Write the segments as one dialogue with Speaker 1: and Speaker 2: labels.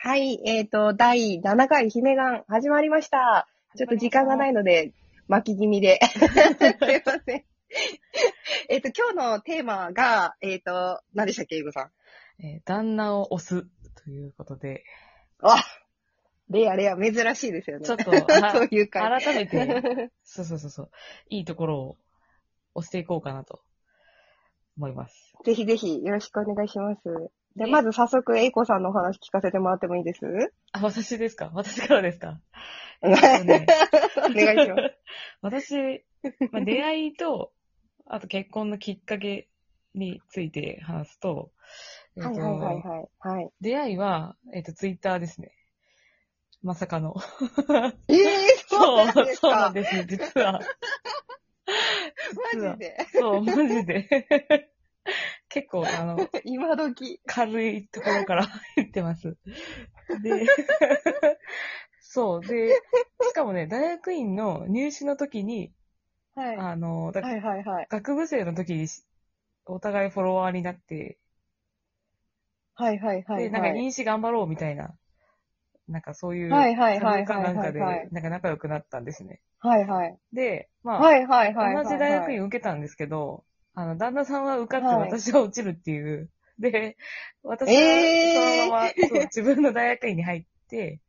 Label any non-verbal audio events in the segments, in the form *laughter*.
Speaker 1: はい、えっ、と、第7回姫眼始まりました。ちょっと時間がないので、巻き気味で。 *laughs* すいません。えっと、今日のテーマが、えっ、と、何でしたっけ、ゆうごさん。
Speaker 2: えー旦那を押すということで、
Speaker 1: あレアレア、珍しいですよね。
Speaker 2: ちょっと、
Speaker 1: *laughs* そう
Speaker 2: は
Speaker 1: いう感
Speaker 2: 改め
Speaker 1: じ。
Speaker 2: て、
Speaker 1: *laughs*
Speaker 2: そうそうそうそう、いいところを押していこうかなと思います。
Speaker 1: ぜひぜひ、よろしくお願いします。で、
Speaker 2: え
Speaker 1: まず早速、えいこさんのお話聞かせてもらってもいいです
Speaker 2: あ、私ですか私からですか
Speaker 1: お願い
Speaker 2: えっと
Speaker 1: *laughs*
Speaker 2: ね *laughs*
Speaker 1: します。
Speaker 2: 私、まあ、出会いと、あと結婚のきっかけについて話すと、えっ
Speaker 1: はい
Speaker 2: と
Speaker 1: はいはいはい。はい、
Speaker 2: 出会いは、えっ、と、ツイッターですね。まさかの。
Speaker 1: ええー、 *laughs* そうなんです
Speaker 2: そうな
Speaker 1: か
Speaker 2: んです、実は。実
Speaker 1: マ
Speaker 2: は
Speaker 1: ジで。
Speaker 2: そう、マジで。 *laughs* 結構、あの、
Speaker 1: 今時。
Speaker 2: 軽いところから *laughs* 入ってます。で、そう、で、しかもね、大学院の入試の時に、
Speaker 1: はい。は
Speaker 2: あの、だ
Speaker 1: いはいはい。
Speaker 2: 学部生の時にし、お互いフォロワーになって、
Speaker 1: はいはいはい。
Speaker 2: で、なんか、飲酒頑張ろうみたいな、なんかそういう、
Speaker 1: はいはいはいはい
Speaker 2: サークルかなんかで、
Speaker 1: はいはい
Speaker 2: なんか仲良くなったんですね。
Speaker 1: はいはい。
Speaker 2: で、まあ、
Speaker 1: はいはいはい。
Speaker 2: 同じ大学院受けたんですけど、あの、旦那さんは受かって
Speaker 1: はい
Speaker 2: 私は落ちるっていう。で、私
Speaker 1: えー
Speaker 2: はそのまま、そう自分の大学院に入って、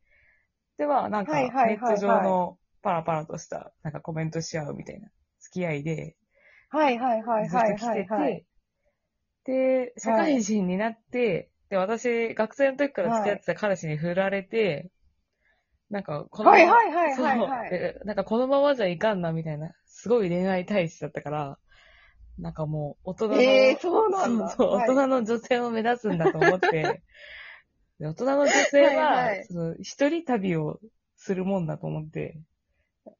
Speaker 2: では、なんか、
Speaker 1: はい
Speaker 2: ネ
Speaker 1: はいはいはい
Speaker 2: ット上のパラパラとした、なんかコメントし合うみたいな付き合いで、
Speaker 1: はいはいはい
Speaker 2: ずっと
Speaker 1: はい
Speaker 2: 来て
Speaker 1: はい
Speaker 2: て、
Speaker 1: はい。
Speaker 2: で、社会人になって、で、私、学生の時から付き合ってた彼氏に振られて、なんか、このま
Speaker 1: は
Speaker 2: ま、
Speaker 1: いはいはい
Speaker 2: そう
Speaker 1: はいはい。
Speaker 2: でなんかこのままじゃいかんな、みたいな。すごい恋愛体質だったから、なんかもう、大人の、
Speaker 1: えー、そうなんだ。
Speaker 2: そうそう
Speaker 1: はい
Speaker 2: 大人の女性を目指すんだと思
Speaker 1: *laughs*
Speaker 2: って、で大人の女性は、
Speaker 1: はいはい
Speaker 2: その一人旅をするもんだと思って、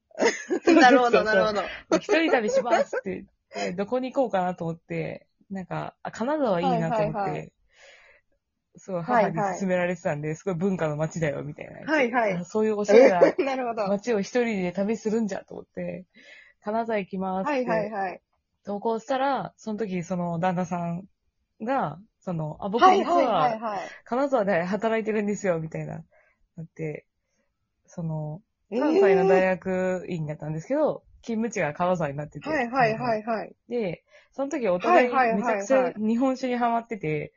Speaker 1: *laughs* なるほどなるほど。
Speaker 2: 一人旅しますって言って、ど *laughs* こに行こうかなと思って、なんか、あ、金沢いいなと思って、
Speaker 1: はいはいはい
Speaker 2: すごい
Speaker 1: はいは
Speaker 2: 母
Speaker 1: い
Speaker 2: に勧められてたんで、すごい文化の街だよ、みたいな。
Speaker 1: はいはい
Speaker 2: そういうおしゃれな
Speaker 1: なるほど。は
Speaker 2: 街を一人で旅するんじゃと思って、金沢行きますっ
Speaker 1: いはい
Speaker 2: て
Speaker 1: はい。
Speaker 2: 投稿したら、その時その旦那さんが、その、あ、僕
Speaker 1: はい
Speaker 2: 実
Speaker 1: はいはい
Speaker 2: は
Speaker 1: は
Speaker 2: 金沢で働いてるんですよ、みたいな。だって、その、
Speaker 1: い。
Speaker 2: 関西の大
Speaker 1: 学。
Speaker 2: 学院だったんですけど、勤務地が金沢になってて。
Speaker 1: はいはいはいはい。
Speaker 2: で、その時お互い
Speaker 1: はいはい
Speaker 2: めちゃくち
Speaker 1: はいは
Speaker 2: ゃ
Speaker 1: い
Speaker 2: 日本酒にハマってて、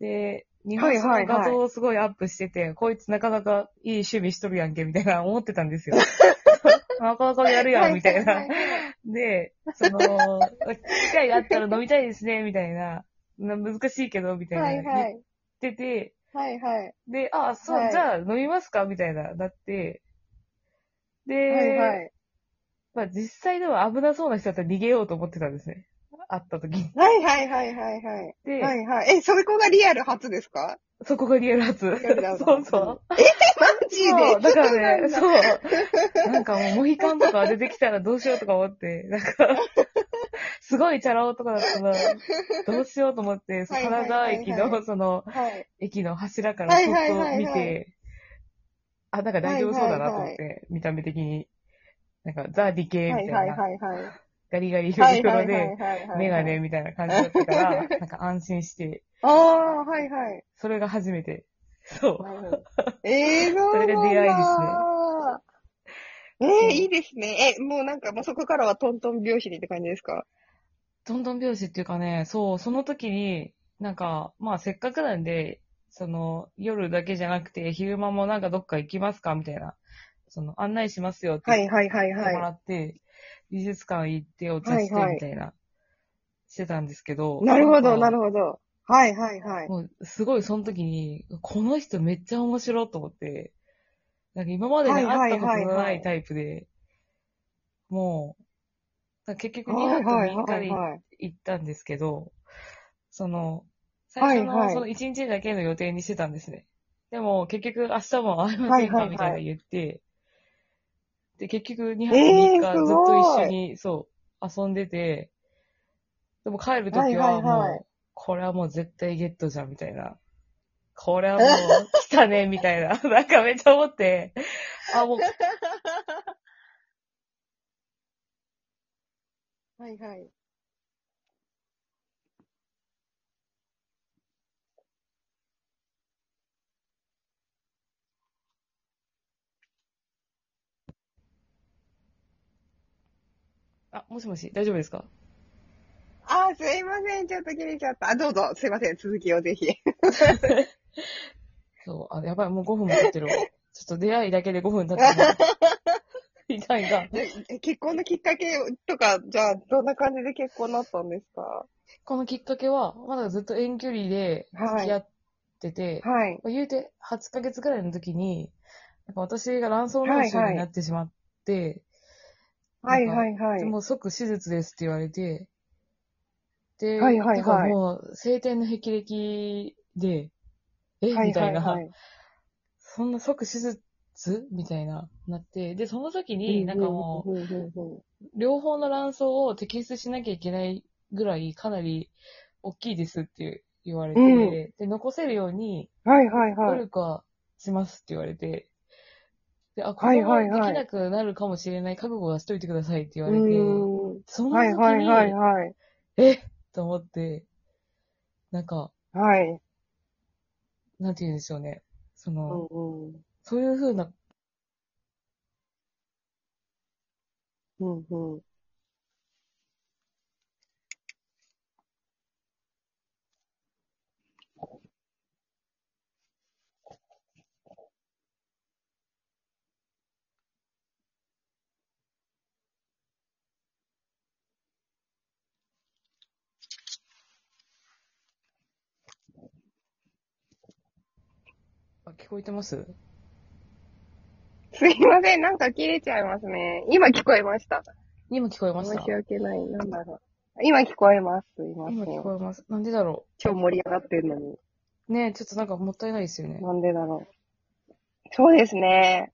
Speaker 2: で、日
Speaker 1: は
Speaker 2: 本
Speaker 1: い
Speaker 2: 酒
Speaker 1: はいは
Speaker 2: の
Speaker 1: い
Speaker 2: 画像をすごいアップしてて、こいつなかなかいい趣味しとるやんけ、みたいな思ってたん
Speaker 1: *laughs*
Speaker 2: ですよ。なかなかやるやん、みたい
Speaker 1: は
Speaker 2: な
Speaker 1: は。はいはい
Speaker 2: で、その、機会があったら飲みたいですね、みたいな。な難しいけど、みた
Speaker 1: はいい
Speaker 2: な。
Speaker 1: は
Speaker 2: 言っ
Speaker 1: い。
Speaker 2: てて、
Speaker 1: はいはい。
Speaker 2: で、ああ、そう、
Speaker 1: はい
Speaker 2: じゃあ飲みますかみたいな、だって。で、
Speaker 1: はいはい。
Speaker 2: まあ実際では危なそうな人だったら逃げようと思ってたんですね。会った時に。
Speaker 1: はいはいはいはいはい。
Speaker 2: で、
Speaker 1: はいはい。え、そこがリアル初ですか
Speaker 2: そこがリアル初。そ
Speaker 1: リアル初
Speaker 2: うそう。
Speaker 1: マジで
Speaker 2: そう、だからね、
Speaker 1: そう
Speaker 2: そう。なんかもう、モヒカンとか出てきたらどうしようとか思って、なんか、すごいチャラ男だったら、どうしようと思って、そ
Speaker 1: は
Speaker 2: う
Speaker 1: いはいはい
Speaker 2: 金
Speaker 1: はい
Speaker 2: 沢駅の、その、
Speaker 1: はい。
Speaker 2: 駅の柱から
Speaker 1: は
Speaker 2: そ
Speaker 1: い
Speaker 2: っと
Speaker 1: はいはいはい
Speaker 2: 見て、あ、なんか大丈夫そうだなと思って、見た目的に。なんか、ザ・ディケイ
Speaker 1: は
Speaker 2: み
Speaker 1: い
Speaker 2: た
Speaker 1: はいい
Speaker 2: な、
Speaker 1: はいはい。
Speaker 2: ガリガリ
Speaker 1: は
Speaker 2: 手
Speaker 1: いは
Speaker 2: 袋
Speaker 1: いはい
Speaker 2: で、
Speaker 1: はいはい。
Speaker 2: メガネ。みたいな感じだったから、なんか安心して、
Speaker 1: ああ、はいはい。
Speaker 2: それが初めて、そう。
Speaker 1: *laughs* ええー、そうなんだ。
Speaker 2: それが出会い
Speaker 1: ええー、いいですね。え、もうなんか、もうそこからはトントン拍子にって感じですか
Speaker 2: どんどん拍子っていうかね、そう、その時に、なんか、まあせっかくなんで、その、夜だけじゃなくて、昼間もなんかどっか行きますかみたいな、その、案内しますよって
Speaker 1: は
Speaker 2: 言
Speaker 1: いはいはい
Speaker 2: っても
Speaker 1: は
Speaker 2: らって、美術館行ってお茶して
Speaker 1: はいはい
Speaker 2: みたいな、してたんですけど。
Speaker 1: い。なるほど、なる
Speaker 2: ほ
Speaker 1: ほど。はいはいはい。
Speaker 2: もう、すごいその時に、この人めっちゃ面白いと思って、なんか今まで
Speaker 1: は
Speaker 2: ね、
Speaker 1: いはい
Speaker 2: 会ったことの
Speaker 1: はいは
Speaker 2: ないいタイプで、もう、だから結局
Speaker 1: は
Speaker 2: 2
Speaker 1: い
Speaker 2: 泊
Speaker 1: はい
Speaker 2: 3日
Speaker 1: は
Speaker 2: で
Speaker 1: い
Speaker 2: 行っ
Speaker 1: はい。
Speaker 2: 行ったんですけど、その、最
Speaker 1: は
Speaker 2: 初
Speaker 1: いは
Speaker 2: の
Speaker 1: い
Speaker 2: その一日だけの予定にしてたんですね。でも結局明日も会いま
Speaker 1: は
Speaker 2: せ
Speaker 1: いはい
Speaker 2: ん
Speaker 1: は
Speaker 2: か
Speaker 1: い
Speaker 2: みたいな言って、で、結局2泊
Speaker 1: えー
Speaker 2: 3日ずっ
Speaker 1: す
Speaker 2: と
Speaker 1: ごい
Speaker 2: 一緒に、そう、遊んでて、でも帰るとき
Speaker 1: は
Speaker 2: はい
Speaker 1: はいはい
Speaker 2: もう、これはもう絶対ゲットじゃんみたいな。これはもう来たねみたいな。 *laughs* なんかめっちゃ思って、あ、もう
Speaker 1: はいはい。
Speaker 2: あ、もしもし、大丈夫ですか
Speaker 1: あー、すいません。ちょっと切れちゃった。あ、どうぞ。すいません。続きをぜひ。
Speaker 2: そう、あ、やばい、もう5分も
Speaker 1: *laughs*
Speaker 2: 経ってるわ。ちょっと出会いだけで5分経ってる。 *laughs* いかんいかん。
Speaker 1: *laughs* え結婚のきっかけとか、じゃあ、どんな感じで結婚になったんですか
Speaker 2: このきっかけは、まだずっと遠距離で付き合ってて、
Speaker 1: はい。
Speaker 2: 言うて8ヶ月くらいの時に、なんか私が卵巣脳腫
Speaker 1: はいはい
Speaker 2: になってしまって、
Speaker 1: はいはいはい。
Speaker 2: もう即手術ですって言われて、で、
Speaker 1: はいはいはい
Speaker 2: てかもう晴天の霹靂で、え、
Speaker 1: は
Speaker 2: みたいな、
Speaker 1: はいはい
Speaker 2: そんな即手術みたいな、なって、で、その時
Speaker 1: うんうん
Speaker 2: に、なんかもう、
Speaker 1: うんうんうん
Speaker 2: 両方の卵巣を摘出しなきゃいけないぐらい、かなり大きいですって言われて、
Speaker 1: うん
Speaker 2: で、残せるように、
Speaker 1: はいはい
Speaker 2: 努
Speaker 1: はい。
Speaker 2: 力はしますって言われて、で、あ、こ
Speaker 1: はい
Speaker 2: れ
Speaker 1: は
Speaker 2: はいで
Speaker 1: はい
Speaker 2: きなくなるかもしれない覚悟はしといてくださいって言わ
Speaker 1: う
Speaker 2: れて、
Speaker 1: ーん
Speaker 2: その
Speaker 1: は
Speaker 2: 時
Speaker 1: い
Speaker 2: に、
Speaker 1: はいはいはい。
Speaker 2: えと思って、なんか、
Speaker 1: はい。
Speaker 2: なんて言うんでしょうね。そうの、
Speaker 1: ん
Speaker 2: そういう風な、
Speaker 1: うん。うんうん。
Speaker 2: あ聞こえてます
Speaker 1: すいません。なんか切れちゃいますね。今聞こえました。
Speaker 2: 今聞こえま
Speaker 1: 申
Speaker 2: した
Speaker 1: し訳ない。なんだろう。今聞こえます。すいませ
Speaker 2: 今
Speaker 1: ん。
Speaker 2: 聞こえます。なんでだろ
Speaker 1: 超盛り上がってるのに。
Speaker 2: う。ねえちょっとなんかもったいないですよね。
Speaker 1: なんでだろう。そうですね。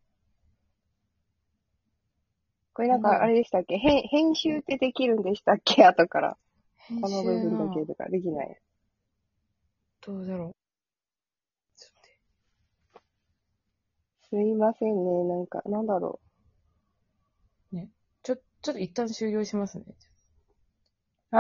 Speaker 1: これなん
Speaker 2: うん
Speaker 1: か、あれでしたっけ、編編集ってできるんでしたっけ後から。
Speaker 2: 編
Speaker 1: この部分だけとかできない。
Speaker 2: どうだろう。ちょっと待って
Speaker 1: すいませんね。なんか、なんだろ
Speaker 2: ちょ、ちょっと一旦終了しますね。